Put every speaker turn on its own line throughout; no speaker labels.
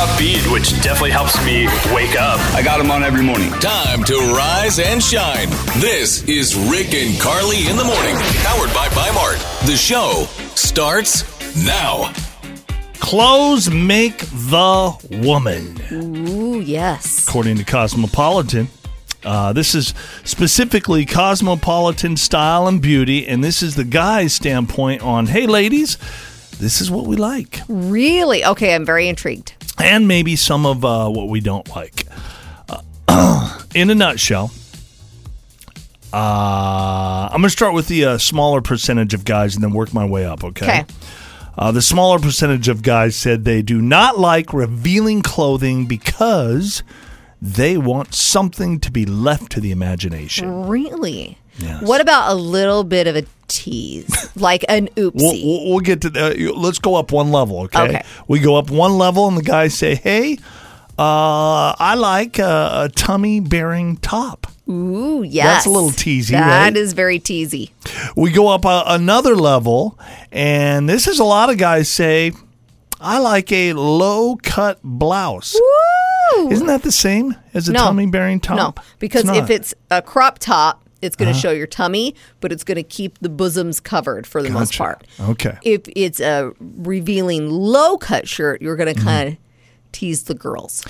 upbeat, which definitely helps me wake up.
I got them on every morning.
Time to rise and shine. This is Rick and Carly in the morning, powered by Mart. The show starts now.
Clothes make the woman,
Ooh, yes.
according to Cosmopolitan. Uh, this is specifically Cosmopolitan style and beauty, and this is the guy's standpoint on hey, ladies, this is what we like,
Really? Okay, I'm very intrigued.
and maybe some of uh, what we don't like. Uh, in a nutshell, uh, I'm going to start with the uh, smaller percentage of guys and then work my way up,
Okay.
Uh, the smaller percentage of guys said they do not like revealing clothing because they want something to be left to the
Mm,
imagination.
Really?
Yes.
What about a little bit of a tease? like an
We'll,
oopsie.
we'll, we'll get to that. You- Let's go up one level, okay?
Okay.
We go up one level, and the guys say, "Hey, uh, I like uh, a tummy bearing top."
Ooh, yes.
That's a little teasy, right?
That is very teasy.
We go up a, another level, and this is a lot of guys say, "I like a low cut blouse."
Woo!
Isn't that the same as a
No.
tummy bearing top?
No, because
It's
if
not. Uh-huh.
it's a crop top, it's going to show your tummy, but it's going to keep the bosoms covered for the most
Gotcha. Oh.
part.
Okay.
If it's a revealing low cut shirt, you're going to
Mm-hmm.
kind of tease the girls.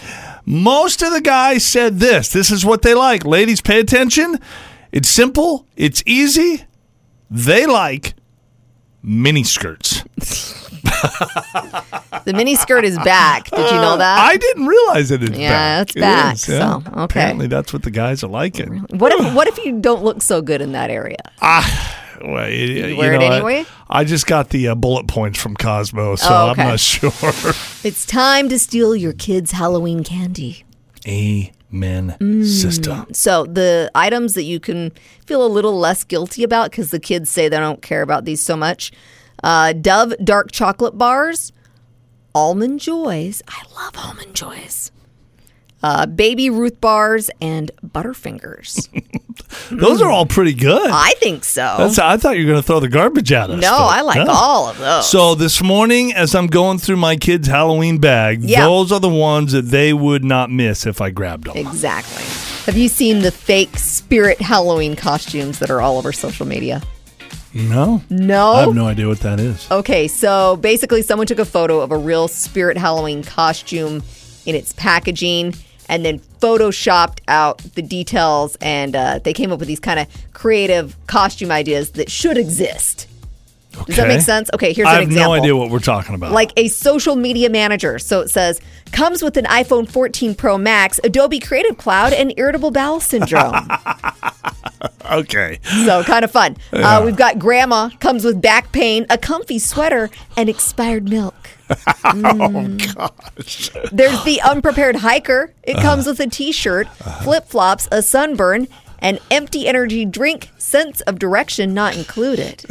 Most of the guys said this. This is what they like. Ladies, pay attention. It's simple, it's easy. They like mini skirts.
The mini skirt is back. Did you know that?
Uh, I didn't realize it is
Yeah,
back.
it's back,
is,
so, okay.
Apparently, that's what the guys are liking.
what if what if you don't look so good in that area?
Well, it- you
wear it
know, I-
anyway?
I, just got the uh, bullet points from Cosmo, so
Oh, okay.
I'm not sure.
It's time to steal your kids' Halloween candy.
Amen,
Mm.
sister.
So the items that you can feel a little less guilty about because the kids say they don't care about these so much: uh, Dove dark chocolate bars, almond joys. I love almond joys. Uh, baby Ruth bars and Butterfingers.
Those are all pretty good.
I think so.
That's, I thought you were going to throw the garbage at us.
no,
but-
I like
no.
all of those.
So this morning, as I'm going through my kids' Halloween bag,
Yeah.
those are the ones that they would not miss if I grabbed them.
exactly. Have you seen the fake spirit Halloween costumes that are all over social media?
No,
No.
I have no idea what that is.
Okay, so basically, someone took a photo of a real Spirit Halloween costume in its packaging and then photoshopped out the details, and uh, they came up with these kind of creative costume ideas that should exist. Does that make
Okay.
sense? Okay, here's
I
an
have
example.
no idea what we're talking about.
like a social media manager. So it says, comes with an iPhone 14 Pro Max, Adobe Creative Cloud, and irritable bowel syndrome.
okay,
so kind of fun. Uh, we've got grandma, comes with back pain, a comfy sweater, and expired milk.
Oh,
Mm.
gosh, Uh-huh.
There's the unprepared hiker. It comes with a t-shirt, flip-flops, a sunburn, an empty energy drink, sense of direction not included.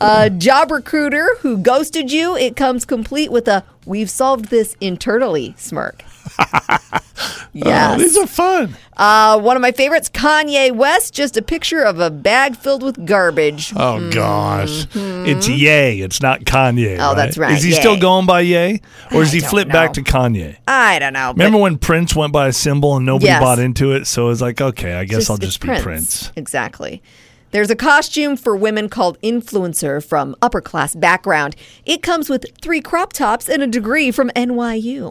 A job recruiter who ghosted you. It comes complete with a "We've solved this internally" smirk.
Oh, these
Yes.
are fun.
Uh, one of my favorites, Kanye West. Just a picture of a bag filled with garbage.
Oh gosh, it's Yay. It's not Kanye.
Oh, that's right,
Is he
Ye.
still going by Yay, or is he
don't
flipped back to
know.
Kanye?
I don't know. but
Remember when Prince went by a symbol and nobody
Yes.
bought into it? So it was like, okay, I guess I'll
it's
just be Prince.
Exactly. There's a costume for women called influencer from upper class background. It comes with three crop tops and a degree from NYU.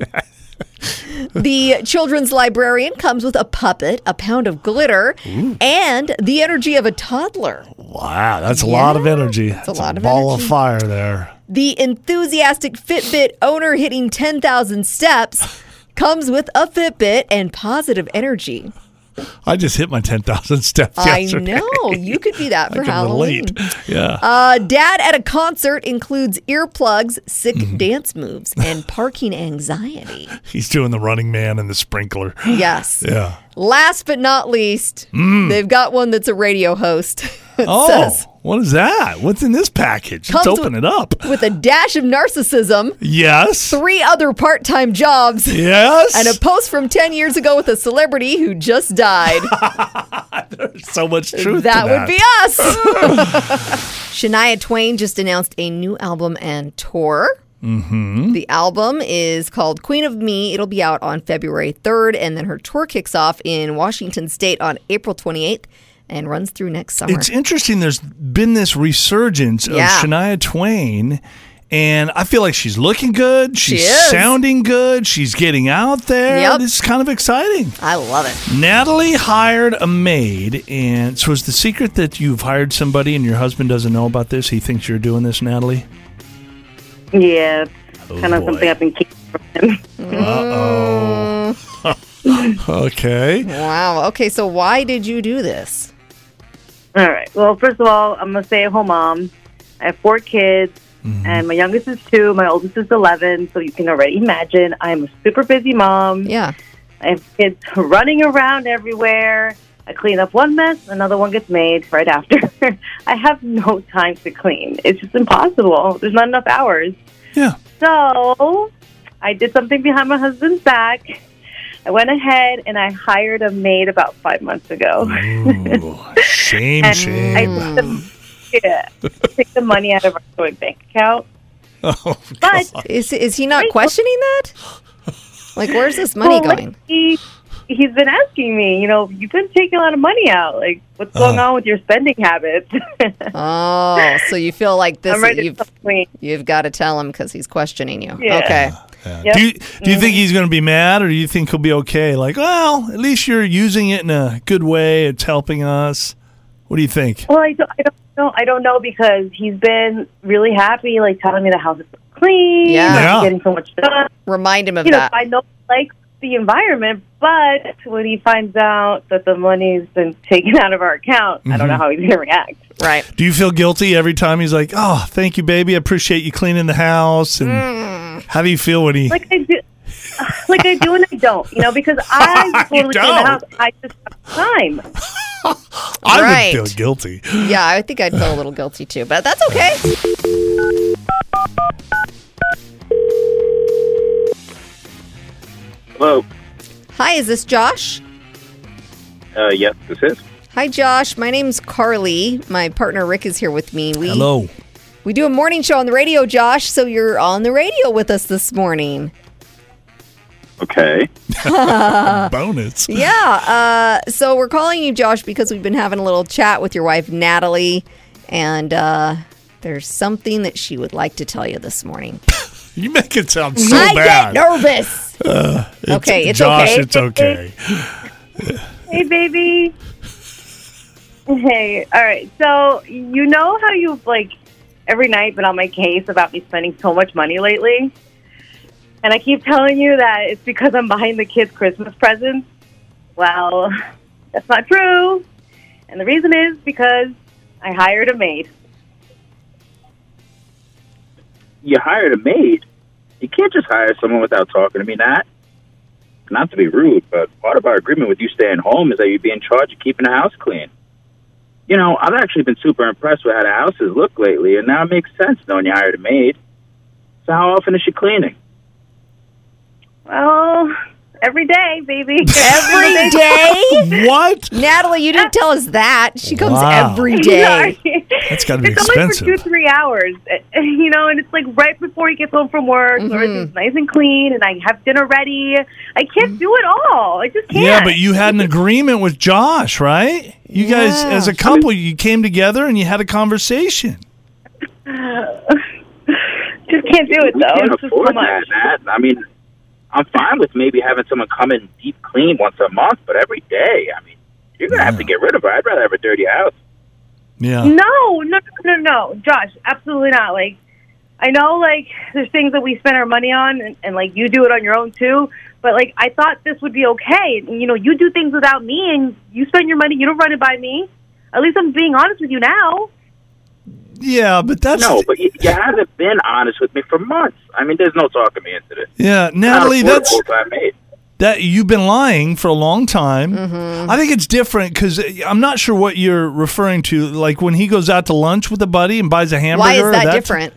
the children's librarian comes with a puppet, a pound of glitter, and the energy of a toddler.
Wow, that's a lot of energy. That's
a lot of
ball
energy.
of fire there.
The enthusiastic Fitbit owner hitting 10,000 steps comes with a Fitbit and positive energy.
I just hit my 10,000 steps
I
yesterday.
know. You could be that
I
for
can
Halloween.
relate. Yeah.
Uh, dad at a concert includes earplugs, sick
Mm-hmm.
dance moves, and parking anxiety.
He's doing the running man and the sprinkler.
Yes.
Yeah. Mm.
Last but not least, they've got one that's a radio host. It
Oh,
says,
what is that? What's in this package? Let's
Comes
open it up.
with a dash of narcissism,
Yes.
three other part time jobs,
Yes.
and a post from 10 years ago with a celebrity who just died.
so much truth.
that
to
would be us. Shania Twain just announced a new album and tour.
Mm-hmm.
The album is called Queen of Me. It'll be out on February 3rd, and then her tour kicks off in Washington State on April 28th and runs through next summer.
It's interesting. There's been this resurgence of
Yeah.
Shania Twain, and I feel like she's looking good. She's
is.
sounding good. She's getting out there.
Yep.
This is kind of exciting.
I love it.
Natalie hired a maid, and so is the secret that you've hired somebody and your husband doesn't know about this? He thinks you're doing this, Natalie.
Yeah, it's
Oh,
kind of
boy.
something I've been keeping from him. Mm.
Okay.
Wow. Okay, so why did you do this?
All right. Well, first of all, I'm a stay-at-home mom. I have four kids,
Mm-hmm.
and my youngest is two. My oldest is 11. So you can already imagine I'm a super busy mom.
Yeah.
I have kids running around everywhere. I clean up one mess, another one gets made right after. I have no time to clean. It's just impossible. There's not enough hours.
Yeah.
So I did something behind my husband's back. I went ahead and I hired a maid about five months ago.
Ooh, shame,
And
shame.
I took the, yeah, took the money out of our joint bank account.
oh,
But
Is, is he not questioning that? Like, where's this money
well,
going?
He, he's been asking me, you know, you've been taking a lot of money out. Like, what's
Uh.
going on with your spending habits?
Oh, so you feel like this?
I'm ready
You've
to clean.
you've got to tell him because he's questioning you.
Yeah.
Okay.
Yep.
Do you, do you
Mm.
think he's going to be mad, or do you think he'll be okay? Like, well, at least you're using it in a good way. It's helping us. What do you think?
Well, I don't, I don't know. I don't know because he's been really happy, like telling me the house is clean,
Yeah.
I'm
Yeah.
getting so much done.
Remind him of
You know,
that.
I know he likes the environment, but when he finds out that the money's been taken out of our account, I don't
Mm-hmm.
know how he's going to react.
right.
Do you feel guilty every time he's like, "Oh, thank you, baby. I appreciate you cleaning the house." And how do you feel when he?
Mm. Like I do, like I do, and I don't. You know, because I
You
totally clean the
don't.
house. I just have time.
I
Right.
would feel guilty.
Yeah, I think I'd feel a little guilty too, but that's okay.
Hello.
Hi, is this Josh?
Uh, yes, this is.
Hi, Josh. My name's Carly. My partner Rick is here with me. We
Hello.
we do a morning show on the radio, Josh. So you're on the radio with us this morning.
Okay.
uh,
Bonus.
Yeah. Uh, so we're calling you, Josh, because we've been having a little chat with your wife, Natalie, and uh, there's something that she would like to tell you this morning.
You make it sound so
I
bad.
get nervous. okay, it's
Josh,
okay.
it's okay.
Hey, baby. Hey. All right. So you know how you've like every night been on my case about me spending so much money lately, and I keep telling you that it's because I'm buying the kids Christmas presents. Well, that's not true, and the reason is because I hired a maid.
You hired a maid. You can't just hire someone without talking to me. Not, not to be rude, but part of our agreement with you staying home is that you'd be in charge of keeping the house clean. You know, I've actually been super impressed with how the houses look lately, and now it makes sense knowing you hired a maid. So how often is she cleaning?
Well, every day, baby.
Every day?
What?
Natalie, you
Uh,
didn't tell us that. She comes
Wow.
every day.
Sorry.
That's gotta be
it's
expensive.
only for two, three hours, uh, you know, and it's like right before he gets home from work. so Everything's nice and clean, and I have dinner ready. I can't do it all. I just can't.
Yeah, but you had an agreement with Josh, right? You guys,
Yeah.
as a couple, you came together and you had a conversation.
just can't do it
we
though.
can't
It's just so
afford that,
much.
Nat. I mean, I'm fine with maybe having someone come in deep clean once a month, but every day, I mean, you're gonna have to get rid of her. I'd rather have a dirty house.
Yeah.
No, no, no, no, no, Josh, absolutely not. Like, I know, like, there's things that we spend our money on, and, and like, you do it on your own too. But like, I thought this would be okay. And, you know, you do things without me, and you spend your money. You don't run it by me. At least I'm being honest with you now.
Yeah, but that's
No, but you, you haven't been honest with me for months. I mean, there's no talking me into this.
yeah,
Not
Natalie,
affordable
that's
if I made.
that you've been lying for a long time.
Mm-hmm.
I think it's different because I'm not sure what you're referring to. Like when he goes out to lunch with a buddy and buys a hamburger.
Why is that
that's,
different?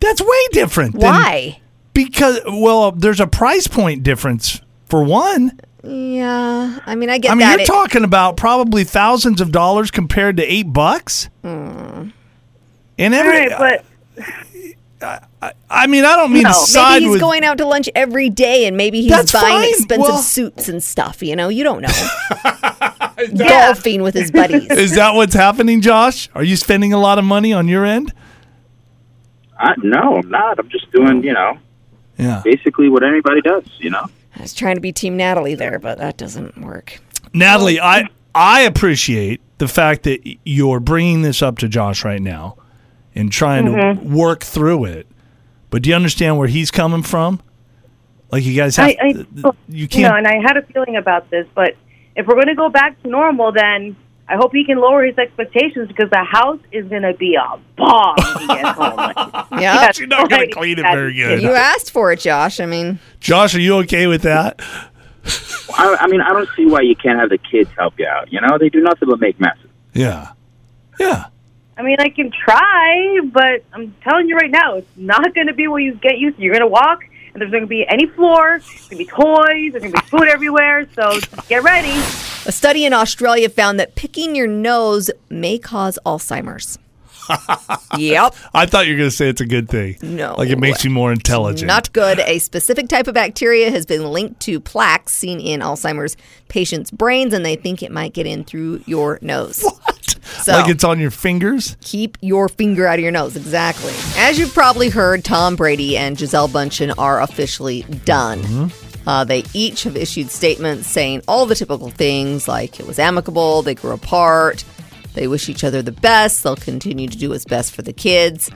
That's way different. than-
Why?
because well, there's a price point difference for one.
Yeah, I mean, I get
I mean,
that.
you're
It-
talking about probably thousands of
Hmm.
dollars compared to eight bucks. And
All
every
right, but
I, I, I mean, I don't mean
No.
to
Maybe
side
maybe he's
with.
going out to lunch every day, and maybe he's
That's
buying
fine.
expensive
Well-
suits and stuff. You know, you don't know.
Yeah.
Golfing with his buddies.
is that what's happening, Josh? Are you spending a lot of money on your end?
I, no, I'm not. I'm just doing, you know,
Yeah.
basically what anybody does, you know?
I was trying to be Team Natalie there, but that doesn't work.
Natalie, I I appreciate the fact that you're bringing this up to Josh right now and trying to
Mm-hmm.
work through it. But do you understand where he's coming from? Like you guys have,
I, I
th- th- you can't.
know, and I had a feeling about this, but if we're going to go back to normal, then I hope he can lower his expectations because the house is going to be a bomb when he gets home.
Yeah,
you're not gonna clean it very good.
you asked for it, Josh. I mean,
Josh, are you okay with that?
I, I mean, I don't see why you can't have the kids help you out. You know, they do nothing but make messes.
Yeah, yeah.
I mean, I can try, but I'm telling you right now, it's not going to be what you get used to. You're going to walk, and there's going to be any floor. There's going to be toys. There's going to be food everywhere. So get ready.
a study in Australia found that picking your nose may cause Alzheimer's. yep.
I thought you were going to say it's a good thing.
No.
like it makes you more intelligent.
Not good. A specific type of bacteria has been linked to plaques seen in Alzheimer's patients' brains, and they think it might get in through your nose. What? So
like it's on your fingers.
keep your finger out of your nose. Exactly. As you've probably heard, Tom Brady and Giselle Bundchen are officially done. Uh, they each have issued statements saying all the typical things like it was amicable, they grew apart, they wish each other the best, they'll continue to do what's best for the kids.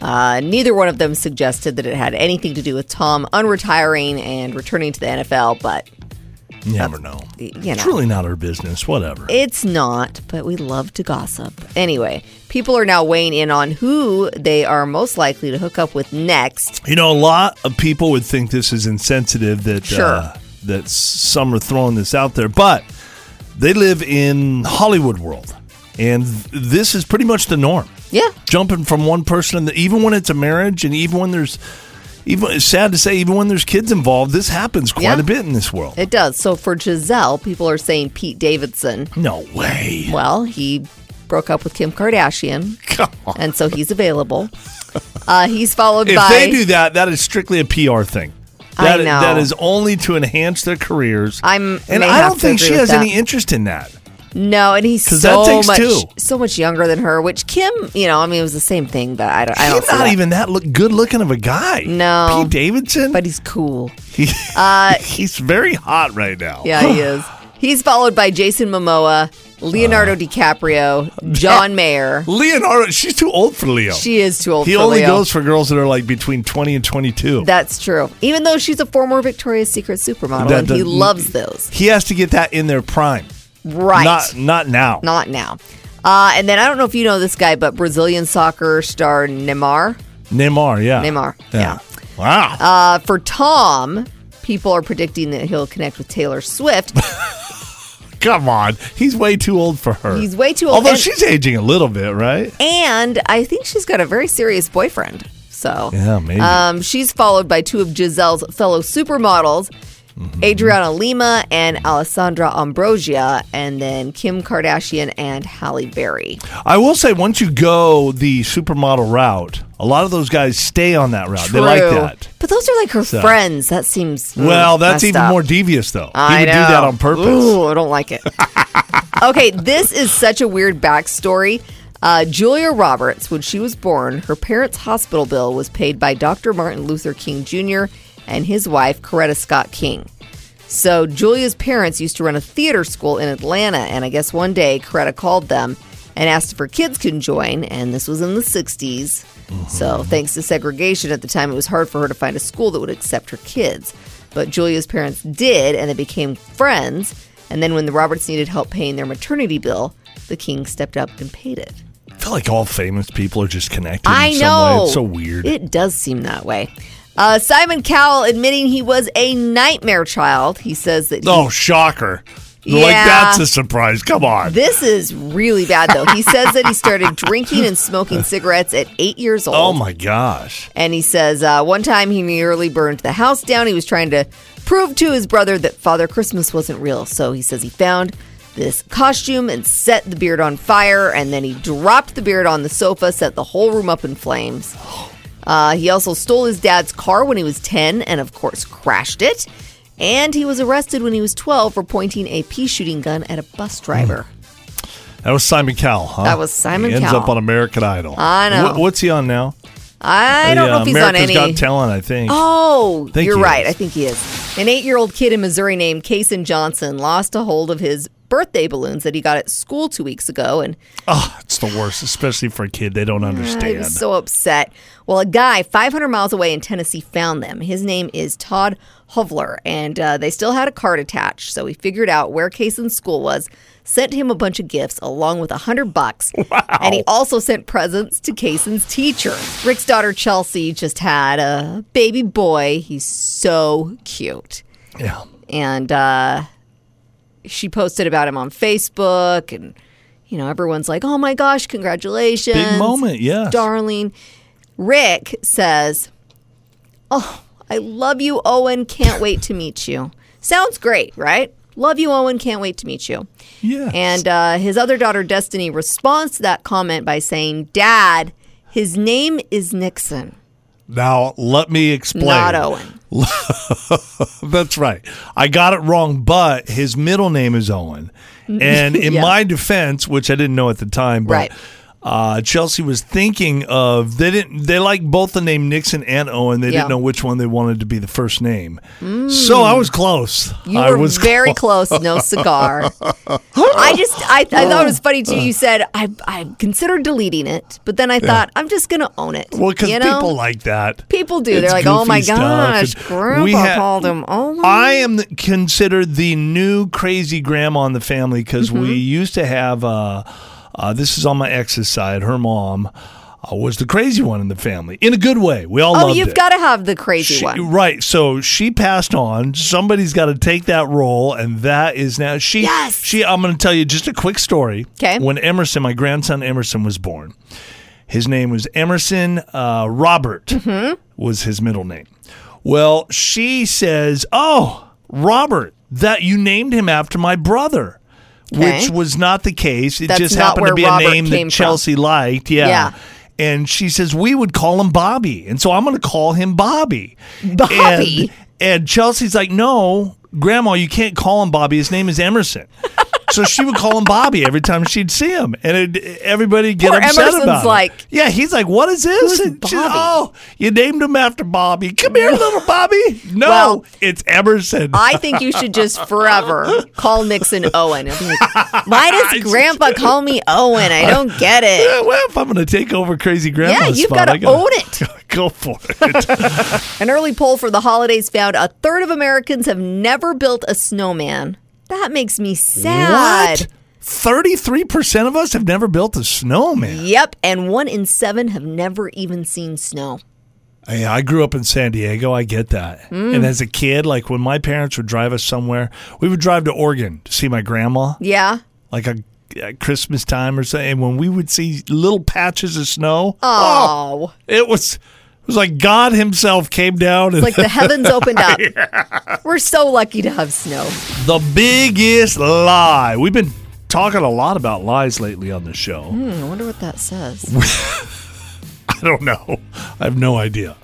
Uh, neither one of them suggested that it had anything to do with Tom unretiring and returning to the NFL, but
You never know.
you know.
It's really not our business. Whatever.
It's not, but we love to gossip. Anyway, people are now weighing in on who they are most likely to hook up with next.
You know, a lot of people would think this is insensitive that
Sure.
uh, that some are throwing this out there, but they live in Hollywood world, and th- this is pretty much the norm.
Yeah.
Jumping from one person, even when it's a marriage, and even when there's, even it's sad to say, even when there's kids involved, this happens quite
Yeah.
a bit in this world.
It does. So for Giselle, people are saying Pete Davidson.
no way.
Well, he broke up with Kim Kardashian,
Come on.
and so he's available. Uh, he's followed
If
by.
they do that, that is strictly a PR thing.
I
That,
know.
that is only to enhance their careers.
I'm-
and
may
I
have
don't
to
think she
agree with
has
that.
any interest in that.
No, and he's
'Cause that
so
takes
much
two.
so much younger than her. Which Kim, you know, I mean, it was the same thing, but I don't. I don't
He's
see
not
that.
even that look good looking of a guy.
No.
Pete Davidson.
But he's cool.
he's very hot right now.
Yeah, he is. He's followed by Jason Momoa,
Uh,
Leonardo DiCaprio, John Mayer.
Leonardo, she's too old for Leo.
She is too old
he
for
only
Leo.
goes for girls that are like between twenty and twenty-two.
That's true. Even though she's a former Victoria's Secret supermodel,
That
and he
doesn't-
loves those.
he has to get that in their prime.
Right.
Not not now.
Not now. Uh, and then I don't know if you know this guy, but Brazilian soccer star Neymar.
Neymar, yeah.
Neymar, yeah.
Wow.
Uh, for Tom, people are predicting that he'll connect with Taylor Swift.
Come on. He's way too old for her.
He's way too old.
Although
and,
she's aging a little bit, right?
and I think she's got a very serious boyfriend. So
Yeah, maybe.
Um, she's followed by two of Giselle's fellow supermodels,
Mm-hmm.
Adriana Lima and Alessandra Ambrosia, and then Kim Kardashian and Halle Berry.
I will say, once you go the supermodel route, a lot of those guys stay on that route. They like
True.
that.
But those are like her
So.
friends. That seems mm,
Well, that's
messed
even
up.
more devious, though.
I
he would
know.
do that on purpose.
Ooh, I don't like it. okay, this is such a weird backstory. Uh, Julia Roberts, when she was born, her parents' hospital bill was paid by Dr. Martin Luther King Jr. and his wife, Coretta Scott King. So Julia's parents used to run a theater school in Atlanta, and I guess one day Coretta called them and asked if her kids can join, and this was in the 60s.
Mm-hmm.
So thanks to segregation at the time, it was hard for her to find a school that would accept her kids. But Julia's parents did, and they became friends. And then when the Roberts needed help paying their maternity bill, the King stepped up and paid it.
I feel like all famous people are just connected.
I
in some
know.
Way. It's so weird.
It does seem that way. Uh, Simon Cowell admitting he was a nightmare child. He says that he
oh, shocker. Like,
Yeah.
that's a surprise. Come on.
This is really bad, though. He says that he started drinking and smoking cigarettes at eight years old.
oh, my gosh.
And he says uh, one time he nearly burned the house down. He was trying to prove to his brother that Father Christmas wasn't real. So he says he found this costume and set the beard on fire. And then he dropped the beard on the sofa, set the whole room up in flames. Uh, he also stole his dad's car when he was 10 and, of course, crashed it. And he was arrested when he was 12 for pointing a pea shooting gun at a
Hmm.
bus driver.
That was Simon Cowell, huh?
That was Simon
he ends
Cowell.
up on American Idol.
I know.
Wh- what's he on now?
I don't
The,
know
uh,
if he's
America's
on any.
Got Talent, I think.
Oh,
Think
you're
he
right.
is.
I think he is. An eight year old kid in Missouri named Kason Johnson lost a hold of his birthday balloons that he got at school two weeks ago and
Oh, it's the worst, especially for a kid they don't
he
understand.
was so upset. Well, a guy 500 miles away in Tennessee found them. His name is Todd Hovler, and uh, they still had a card attached. So he figured out where Kason's school was, sent him a bunch of gifts along with a hundred bucks, and he also sent presents to Kason's teacher. Rick's daughter Chelsea just had a baby boy. He's so cute
yeah.
and uh, she posted about him on Facebook, and you know everyone's like, "Oh my gosh, congratulations!"
Big moment, yes.
darling. Rick says, "Oh, I love you, Owen. Can't wait to meet you. Sounds great, right? Love you, Owen. Can't wait to meet you."
Yes.
And uh, his other daughter, Destiny, responds to that comment by saying, "Dad, his name is Nixon,
Now let me explain.
not Owen."
That's right. I got it wrong, but his middle name is Owen. And in
Mm-hmm. Yeah.
my defense, which I didn't know at the time, but
Right.
uh, Chelsea was thinking of they didn't they like both the name Nixon and Owen. They
Yeah. Mm.
didn't know which one they wanted to be the first name. So I was close.
You
I
were
was
very close. No cigar. I just I, I thought it was funny too. You said I I considered deleting it, but then I thought I'm just gonna own it.
Well, because
you know?
people like that.
People do.
It's
They're like, oh
goofy
my
stuff.
gosh,
And we
Grandpa
had-
called him. Oh my.
I am the- considered the new crazy grandma in the family because
Mm-hmm.
we used to have. Uh, uh, this is on my ex's side. Her mom uh, was the crazy one in the family in a good way. We all
oh,
loved
you've
it.
got to have the crazy
She-
one.
Right. So she passed on. Somebody's got to take that role, and that is now she.
Yes.
She. I'm going to tell you just a quick story.
'Kay.
When Emerson, my grandson Emerson, was born, his name was Emerson uh, Robert.
Mm-hmm.
Was his middle name. Well, she says, "Oh, Robert, that you named him after my brother."
Okay.
Which was not the case. It
That's
just
not
happened
where
to be
Robert
a name
came from.
that Chelsea liked.
Yeah.
And she says, We would call him Bobby. And so I'm going to call him Bobby.
Bobby?
And, and Chelsea's like, No, Grandma, you can't call him Bobby. His name is Emerson. So she would call him Bobby every time she'd see him, and it, everybody get
Poor
upset
Emerson's
about it.
like,
"Yeah, he's like, what is this?"
Who's
And she's,
Bobby?
oh, you named him after Bobby. Come here, little Bobby. No,
Well,
it's Emerson.
I think you should just forever call Nixon Owen. It'll be like, Why does Grandpa call me Owen? I don't get it.
Yeah, well, if I'm going to take over Crazy Grandma,
Yeah, you've
spot,
got
I
to
gotta
own it.
Go for it.
An early poll for the holidays found a third of Americans have never built a snowman. That makes me sad.
What? Thirty-three percent of us have never built a snowman.
Yep, and one in seven have never even seen snow.
Hey, I grew up in San Diego. I get that. And as a kid, like when my parents would drive us somewhere, we would drive to Oregon to see my grandma,
Yeah.
like a, at Christmas time or something. And when we would see little patches of snow,
Oh,
it was it was like God Himself came down and
like the heavens opened up. We're so lucky to have snow.
the biggest lie. We've been talking a lot about lies lately on the show.
I wonder what that says.
I don't know. I have no idea.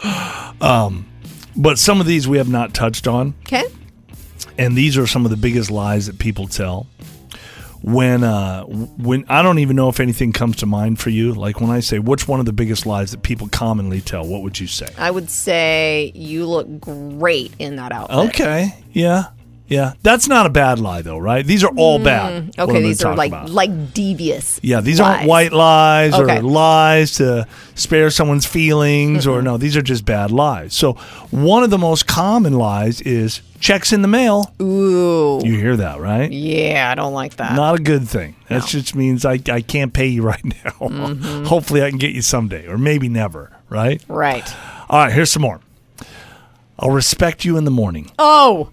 Um, but some of these we have not touched on,
Okay.
and these are some of the biggest lies that people tell. When uh, when I don't even know if anything comes to mind for you. Like when I say, "What's one of the biggest lies that people commonly tell?" What would you say?
I would say you look great in that outfit.
Okay, yeah, yeah. That's not a bad lie though, right? These are all bad. what I'm
Mm, Okay,
gonna
these are
talk
like
about.
like devious.
Yeah, these
lies.
aren't white lies
Okay.
or lies to spare someone's feelings or no, these are just bad lies. So, one of the most common lies is checks in the mail.
Ooh.
You hear that, right?
Yeah, I don't like that.
Not a good thing. That just means I, I can't pay you right now.
Mm-hmm.
Hopefully, I can get you someday or maybe never, right?
Right.
All right, here's some more. I'll respect you in the morning.
Oh.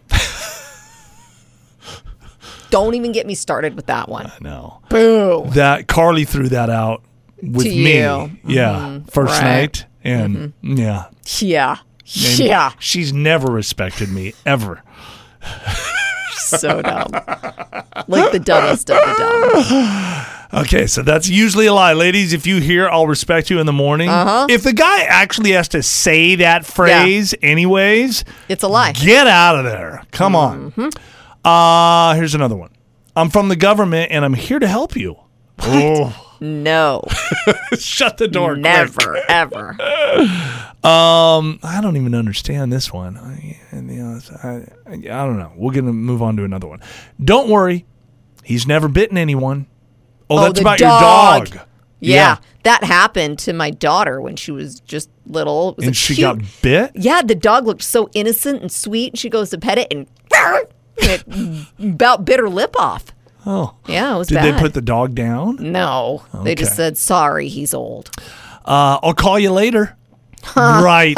Don't even get me started with that one.
No.
Boo.
that Carly threw that out with
To
me.
you. Mm-hmm.
Yeah, first
Right.
night,
Mm-hmm.
and yeah,
Yeah.
and
Yeah.
she's never respected me ever.
So dumb. Like the dumbest of the dumb.
Okay, so that's usually a lie. Ladies, if you hear I'll respect you in the morning, uh-huh. if the guy actually has to say that phrase anyways,
It's Mm-hmm. a lie.
get out of there. Come on. Uh, here's another one. I'm from the government and I'm here to help you. Oh,
No,
shut the door. quick.
never, ever.
I don't even understand this one. I, and, you know, I, I- I don't know. We're going to move on to another one. Don't worry. He's never bitten anyone. Oh,
Oh,
that's
the
about
dog.
your dog.
Yeah, that happened to my daughter when she was just little. It was a
And she
cute-
got bit?
Yeah, the dog looked so innocent and sweet. and She goes to pet it and, and it about bit her lip off.
Oh.
Yeah, it was
Did
bad.
they put the dog down?
no, they just
Okay.
said sorry. He's old.
Uh, I'll call you later. right.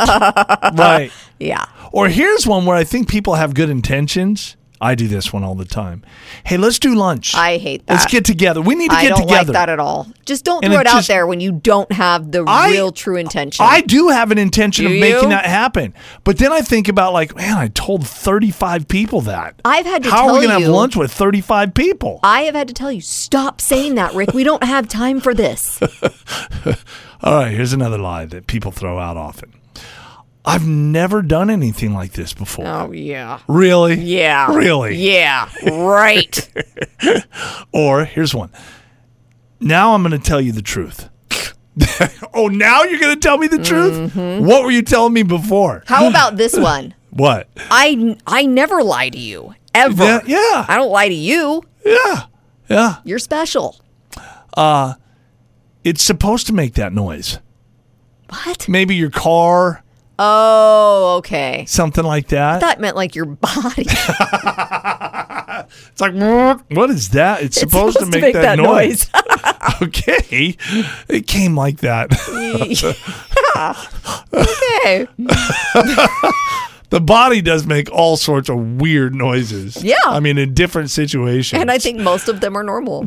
Right.
Yeah,
Or here's one where I think people have good intentions. I do this one all the time. Hey, let's do lunch.
I hate that.
Let's get together. We need to
I
get
don't
together.
like that at all. Just don't
And
throw
it
it, out
just-
there when you don't have the
I-
real true intention.
I do have an intention
Do
of making
you?
that happen. But then I think about like, man, I told 35 people that.
I've had to
How are we
tell
gonna have
you-
lunch with 35 people?
I have had to tell you, stop saying that, Rick. We don't have time for this.
All right, here's another lie that people throw out often. I've never done anything like this before.
Oh, yeah.
Really?
Yeah.
Really?
Yeah. Right.
Or here's one. Now I'm going to tell you the truth. oh, now you're going to tell me the truth? What were you telling me before?
Mm-hmm. How about this one?
What?
I I never lie to you ever.
Yeah, yeah.
I don't lie to you.
Yeah. Yeah.
You're special.
It's supposed to make that noise.
What?
Maybe your car,
Oh, okay.
something like that.
That meant like your body.
It's like, what is that? It's,
It's
supposed, to make, that, noise.
noise.
okay. It came like that.
okay.
the body does make all sorts of weird noises.
Yeah.
I mean, in different situations.
And I think most of them are normal.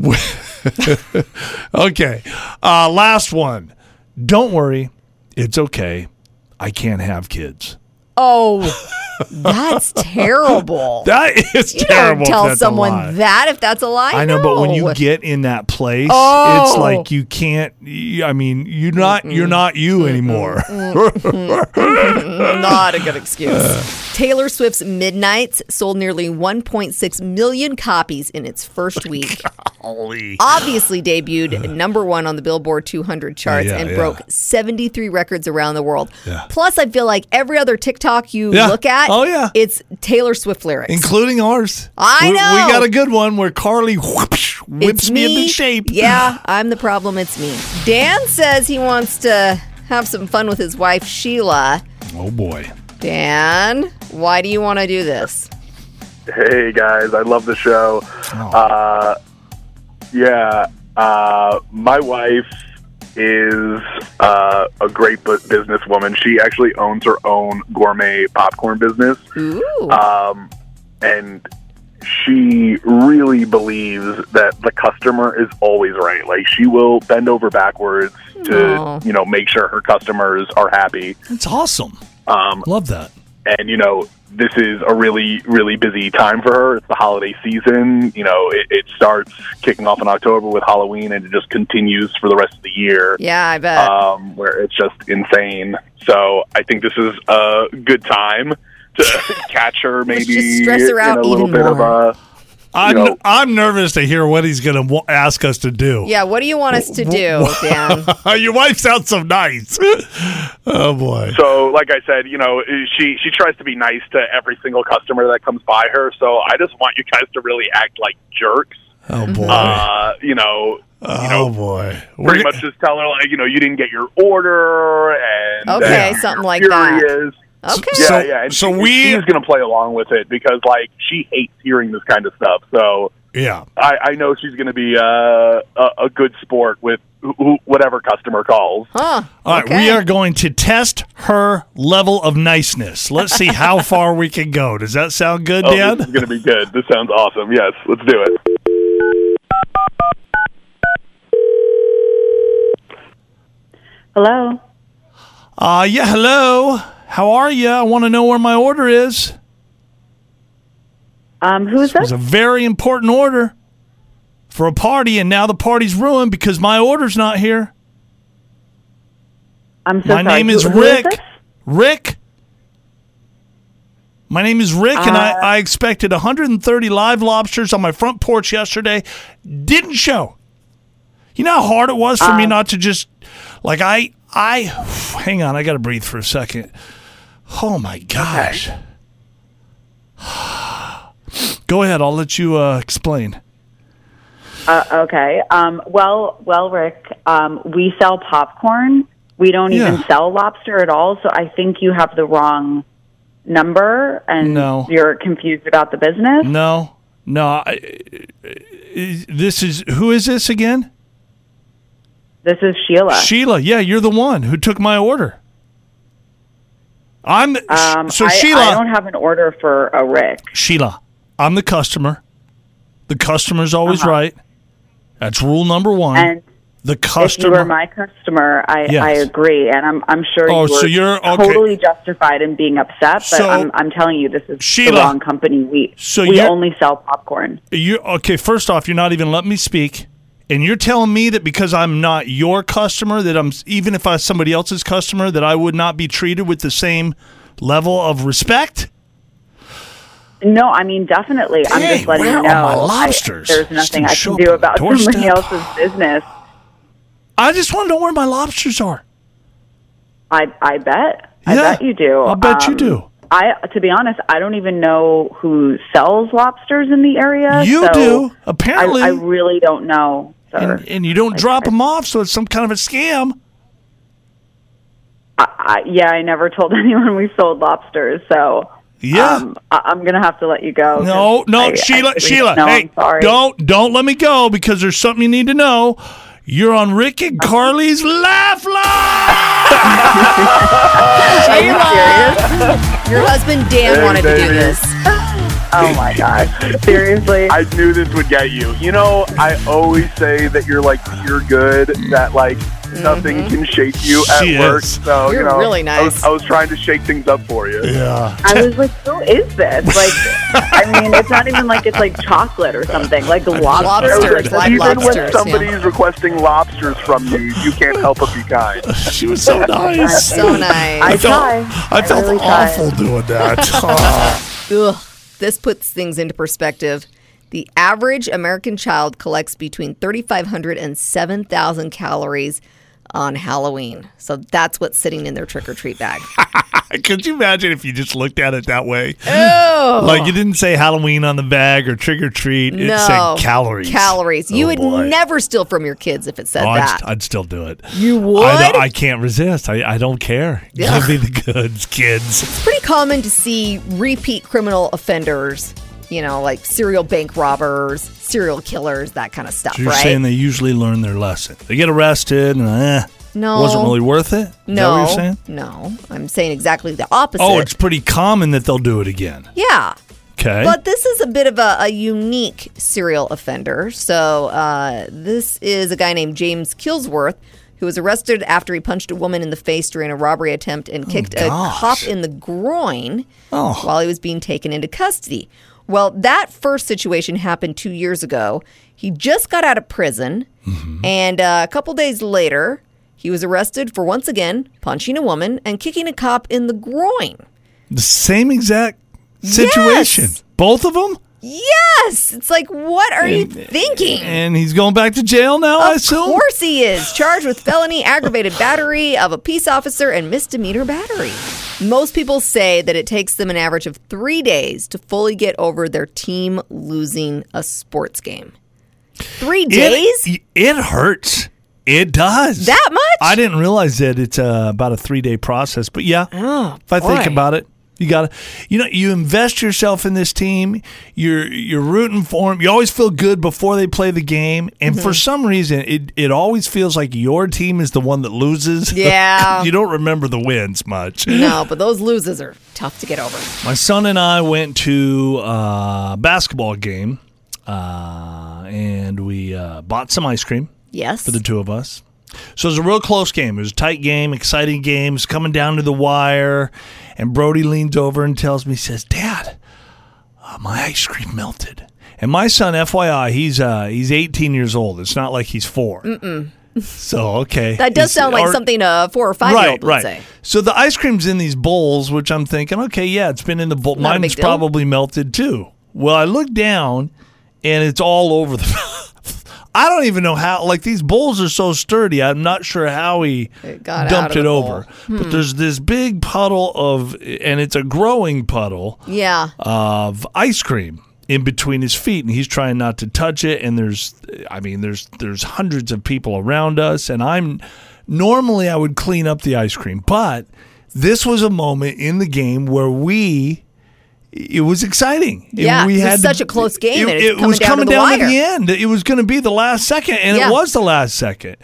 Okay. Uh, last one. Don't worry. It's okay. I can't have kids.
Oh, that's terrible.
That is
you
terrible.
don't
if
tell
that's a
someone
lie.
that if that's a lie.
I know, but when
No.
you get in that place, it's
Oh.
like you can't. y- I mean, you're not. You're not you anymore.
Not a good excuse. Taylor Swift's Midnights sold nearly 1.6 million copies in its first week. Obviously debuted number one on the Billboard 200 charts
Yeah,
and
yeah.
broke 73 records around the world. Plus, I feel like every other TikTok you
Yeah.
look at,
Oh, yeah.
it's Taylor Swift lyrics.
including ours.
I
we,
know.
We got a good one where Carly whoops, whips
It's
me. into shape.
Yeah, I'm the problem. It's me. Dan says he wants to have some fun with his wife, Sheila.
Oh boy.
Dan, why do you want to do this?
Hey guys, I love the show.
Oh.
Uh, yeah, uh, my wife is uh, a great bu- businesswoman. She actually owns her own gourmet popcorn business,
Ooh.
um, and she really believes that the customer is always right. Like she will bend over backwards to
Aw.
you know make sure her customers are happy.
That's awesome.
Um,
Love that.
and you know this is a really really busy time for her it's the holiday season you know it, it starts kicking off in october with halloween and it just continues for the rest of the year
yeah, I bet.
um, where it's just insane so i think this is a good time to catch her maybe
just stress her out
in a little
even
bit
more.
of a
I'm,
know-
I'm nervous to hear what he's going to w- ask us to do.
yeah, what do you want us to do, Dan?
Your wife sounds so nice. oh boy.
so like i said you know she she tries to be nice to every single customer that comes by her so i just want you guys to really act like jerks
Oh boy.
uh, you know you know,
oh boy.
pretty much just tell her like you know you didn't get your order and
Okay,
and
something like
you're
that.
furious.
Okay.
Yeah,
So-
yeah. And
so
she-
we-
she's gonna play along with it because like she hates hearing this kind of stuff. So
yeah.
I, I know she's gonna be uh, a, a good sport with who, who- whatever customer calls.
Huh.
All right,
okay.
we are going to test her level of niceness. Let's see how far we can go. Does that sound good,
Oh,
Dan?
this is gonna be good. This sounds awesome. Yes, let's do it.
Hello.
Uh yeah, hello. How are you? I want to know where my order is.
Um, who's
It was
Um, this?
a very important order. for a party, and now the party's ruined because my order's not here.
I'm so
My
sorry.
name
Who-
is
who
Rick.
this?
Rick. My name is Rick, and I, I expected 130 live lobsters on my front porch yesterday. Didn't show. You know how hard it was for me not to just like I I hang on, I gotta breathe for a second. Oh my gosh. Go ahead, I'll let you uh, explain.
Uh, okay. Um, well, well, Rick, um, we sell popcorn. We don't
Yeah.
even sell lobster at all. So I think you have the wrong number, and
No.
you're confused about the business.
No, no. I, this is who is this again?
This is Sheila.
Sheila, yeah, you're the one who took my order. I'm
um,
so
I,
Sheila.
I don't have an order for a Rick.
Sheila, I'm the customer. The customer's always right. That's rule number one.
Uh-huh. And
the
if you
customer.
were my customer, I,
Yes.
I agree, and I'm I'm sure
Oh,
you were
so you're- okay.
totally justified in being upset. But
So-
I'm I'm telling you, this is
Sheila.
the wrong company. We
So
we
you're-
only sell popcorn.
you okay? First off, you're not even letting me speak, and you're telling me that because I'm not your customer, that I'm even if I'm somebody else's customer, that I would not be treated with the same level of respect.
No, I mean definitely. I'm
Hey,
just letting
where
you
are
know.
my
I-
lobsters?
there's nothing I
Just show up
can
on
do
the
about somebody
doorstep.
else's business.
I just want to know where my lobsters are.
I I bet. I
Yeah,
bet you do. Um,
I'll bet you do.
I to be honest, I don't even know who sells lobsters in the area.
You
so
do,
I-
apparently.
I, really don't know, sir.
and, and you don't drop them off, so it's some kind of a scam.
I, I, yeah, I never told anyone we sold lobsters, so
Yeah.
um, I, I'm gonna have to let you go. 'cause
no, no,
I- I
Sheila,
really
Sheila,
don't know.
hey,
I'm sorry.
don't don't let me go because there's something you need to know. You're on Rick and Carly's Laugh Line.
Are you serious? Your husband Dan
Hey,
wanted to do
baby.
this.
Oh my god, seriously.
I knew this would get you. You know, I always say that you're like pure good, that like nothing can shake you at
She
work.
is.
So
Mm-hmm. You're
you know,
really
I was,
nice.
I was trying to shake things up for you.
yeah.
I was like, who is this? Like, I mean, it's not even like it's like chocolate or something. Like lobster.
Lobsters,
Like,
live
Even
lobsters,
when
yeah.
somebody's requesting lobsters from you, you can't help but be kind.
She was so nice.
So nice.
I
felt,
try.
I felt
really try.
awful doing that. Oh.
Ugh, this puts things into perspective. The average American child collects between 3,500 and 7,000 calories on Halloween. So that's what's sitting in their trick or treat bag.
Could you imagine if you just looked at it that way?
Oh,
Like you didn't say Halloween on the bag or trick or treat. It
no.
said calories.
Calories. You
Oh,
would
boy.
never steal from your kids if it said
Oh, I'd,
that.
st- I'd still do it.
You would?
I, don't- I can't resist. I, I don't care. Give me the goods, kids.
It's pretty common to see repeat criminal offenders, you know, like serial bank robbers, serial killers, that kind of stuff,
You're
right?
saying they usually learn their lesson. They get arrested and eh,
No.
wasn't really worth it. Is that
no.
what you're saying?
No. I'm saying exactly the opposite.
Oh, it's pretty common that theyll do it again.
Yeah.
Okay.
But this is a bit of a, a unique serial offender. So uh, this is a guy named James Killsworth who was arrested after he punched a woman in the face during a robbery attempt and kicked a
Oh, gosh.
cop in the groin
Oh.
while he was being taken into custody. Well, that first situation happened two years ago. He just got out of prison,
Mm-hmm.
and uh, a couple days later, he was arrested for once again punching a woman and kicking a cop in the groin.
the same exact situation.
Yes.
Both of them?
Yes, it's like, what are you thinking?
And he's going back to jail now, I
Of
assume?
course he is. Charged with felony aggravated battery of a peace officer and misdemeanor battery. Most people say that it takes them an average of three days to fully get over their team losing a sports game. Three days?
It, it hurts. It does.
that much?
I didn't realize that it's uh, about a three day process, but yeah, if I think
Oh, boy.
about it, you got to, you know, you invest yourself in this team. You're you're rooting for them. You always feel good before they play the game, and
Mm-hmm.
for some reason, it it always feels like your team is the one that loses.
Yeah.
you don't remember the wins much.
no, but those loses are tough to get over.
My son and I went to uh, a basketball game, uh, and we uh, bought some ice cream
Yes.
for the two of us. So it was a real close game. It was a tight game, exciting game. It's coming down to the wire. And Brody leans over and tells me, he says, Dad, "Uh, my ice cream melted. And my son, FYI, he's uh, he's 18 years old. It's not like he's 4 Mm-mm. So okay,
That
He's-
does sound like
or-
something a four or five year
Right,
old would
right.
say.
So the ice cream's in these bowls, which I'm thinking, okay, yeah, it's been in the bowl.
Not a big
Mine's
deal.
probably melted too. Well, I look down, and it's all over the. I don't even know how. Like these bowls are so sturdy. I'm not sure how he
It got out
dumped
of
it
the Hmm.
over. But there's this big puddle of, and it's a growing puddle
Yeah.
Uh, of ice cream in between his feet and he's trying not to touch it and there's I mean there's there's hundreds of people around us and I'm normally I would clean up the ice cream but this was a moment in the game where we it was exciting. It-
Yeah,
we
it was
had
such a close game,
It,
and it's
it
coming
was
down to
coming
the
down to
wire.
the end. It was going to be the last second, and
Yeah.
it was the last second.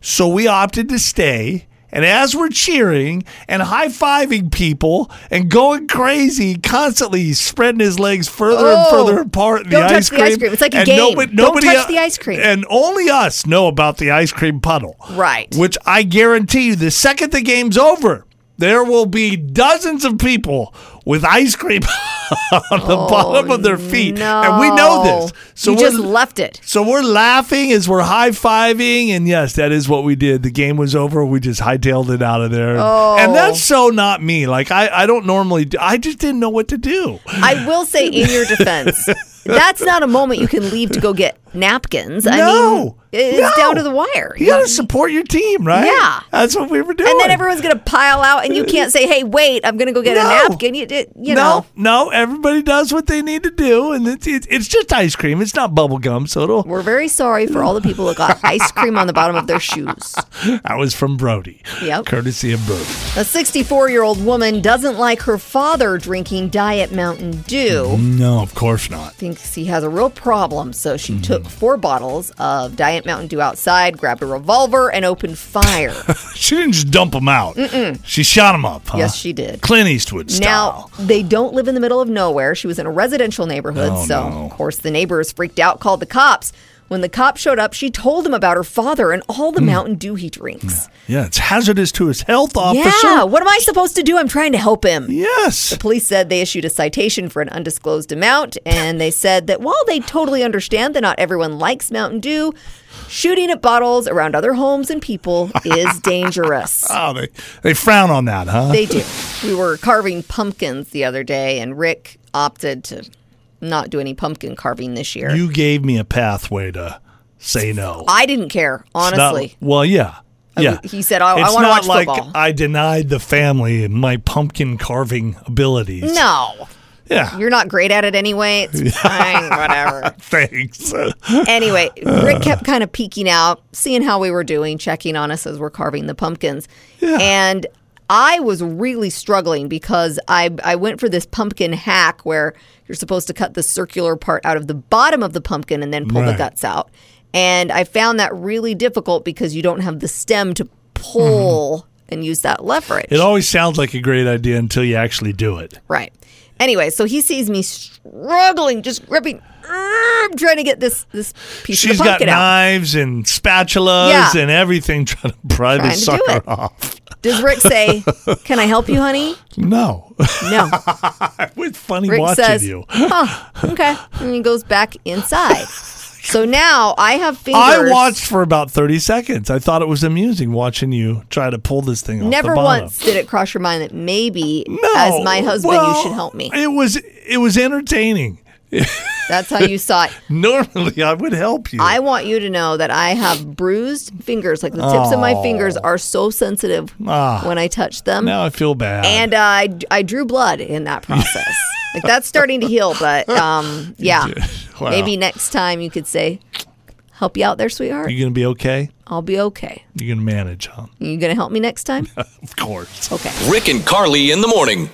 So we opted to stay. And as we're cheering and high fiving people and going crazy, constantly spreading his legs further
Oh,
and further apart in
don't
the
touch
ice
the
cream.
ice cream. It's like a
and
game.
nobo-
Don't touch the ice cream.
And only us know about the ice cream puddle.
Right.
Which I guarantee you, the second the game's over, there will be dozens of people with ice cream on the bottom of their feet. And we know this.
So Oh, you
we're-
just left it.
so we're laughing as we're high fiving, and yes, that is what we did. The game was over. We just hightailed it out of there,
Oh.
and that's so not me. Like I, I don't normally. Do, I just didn't know what to do.
I will say, in your defense, that's not a moment you can leave to go get napkins. I mean,
No.
it's
No.
down to the wire.
You gotta support your team, right?
Yeah.
that's what we were doing.
and then everyone's going to pile out, and you can't say, hey, wait, I'm going to go get
No.
a napkin. You, it, you know.
No, no, everybody does what they need to do, and it's it's, it's just ice cream. It's not bubble gum, so it'll
We're very sorry for all the people that got ice cream on the bottom of their shoes.
That was from Brody.
Yep.
Courtesy of Brody.
A 64 year old woman doesn't like her father drinking Diet Mountain Dew,
No, of course not.
thinks he has a real problem, so she
Mm-hmm.
took four bottles of Diet Mountain Dew outside, grabbed a revolver, and opened fire.
She didn't just dump them out. She shot them up. Huh?
Yes, she did.
Clint Eastwood style.
Now, they don't live in the middle of nowhere. She was in a residential neighborhood,
Oh,
so
no.
of course the neighbors freaked out, called the cops. When the cop showed up, she told him about her father and all
Hmm.
the Mountain Dew he drinks.
Yeah, it's hazardous to his health
Yeah,
officer.
what am I supposed to do? I'm trying to help him.
Yes.
Police said they issued a citation for an undisclosed amount, and they said that while they totally understand that not everyone likes Mountain Dew, shooting at bottles around other homes and people is dangerous.
Oh, they, they frown on that, huh?
They do. We were carving pumpkins the other day, and Rick opted to not do any pumpkin carving this year.
you gave me a pathway to say no.
I didn't care,
It's not-
honestly.
well, yeah. Yeah.
he said, "I- I
It's
wanna
not
watch
like
football."
I denied the family my pumpkin carving abilities.
no,
Yeah.
you're not great at it anyway. It's fine, whatever.
Thanks.
Anyway,
Uh.
Rick kept kind of peeking out, seeing how we were doing, checking on us as we're carving the pumpkins. And I was really struggling because I I went for this pumpkin hack where you're supposed to cut the circular part out of the bottom of the pumpkin and then pull the
Right.
guts out. And I found that really difficult because you don't have the stem to pull and use that leverage.
Mm-hmm. it always sounds like a great idea until you actually do it.
Right. Anyway, so he sees me struggling, just gripping, "Urgh," trying to get this this piece
She's
of the
got
pumpkin out.
knives and spatulas
Yeah.
and everything trying to pry
Trying
the
to do
sucker
it.
off.
Does Rick say, "Can I help you, honey"?
No.
No.
it's funny
Rick
watching
says,
you.
"Huh, okay," and he goes back inside. So now I have fingers.
I watched for about 30 seconds. I thought it was amusing watching you try to pull this thing off
Never
the bottom.
once did it cross your mind that maybe,
No.
as my husband, you
Well,
should help me.
It was it was entertaining.
That's how you saw it.
Normally I would help you.
I want you to know that I have bruised fingers. Like the tips of my fingers are so sensitive
Oh. Ah.
when I touch them.
now I feel bad.
and uh, I, I drew blood in that process. like that's starting to heal, but um, yeah,
Wow.
maybe next time you could say, "Help you out there, sweetheart.
you gonna be okay?
I'll be okay.
You're gonna manage, huh?
You gonna help me next time?"
Of course.
Okay.
Rick and Carly in the morning.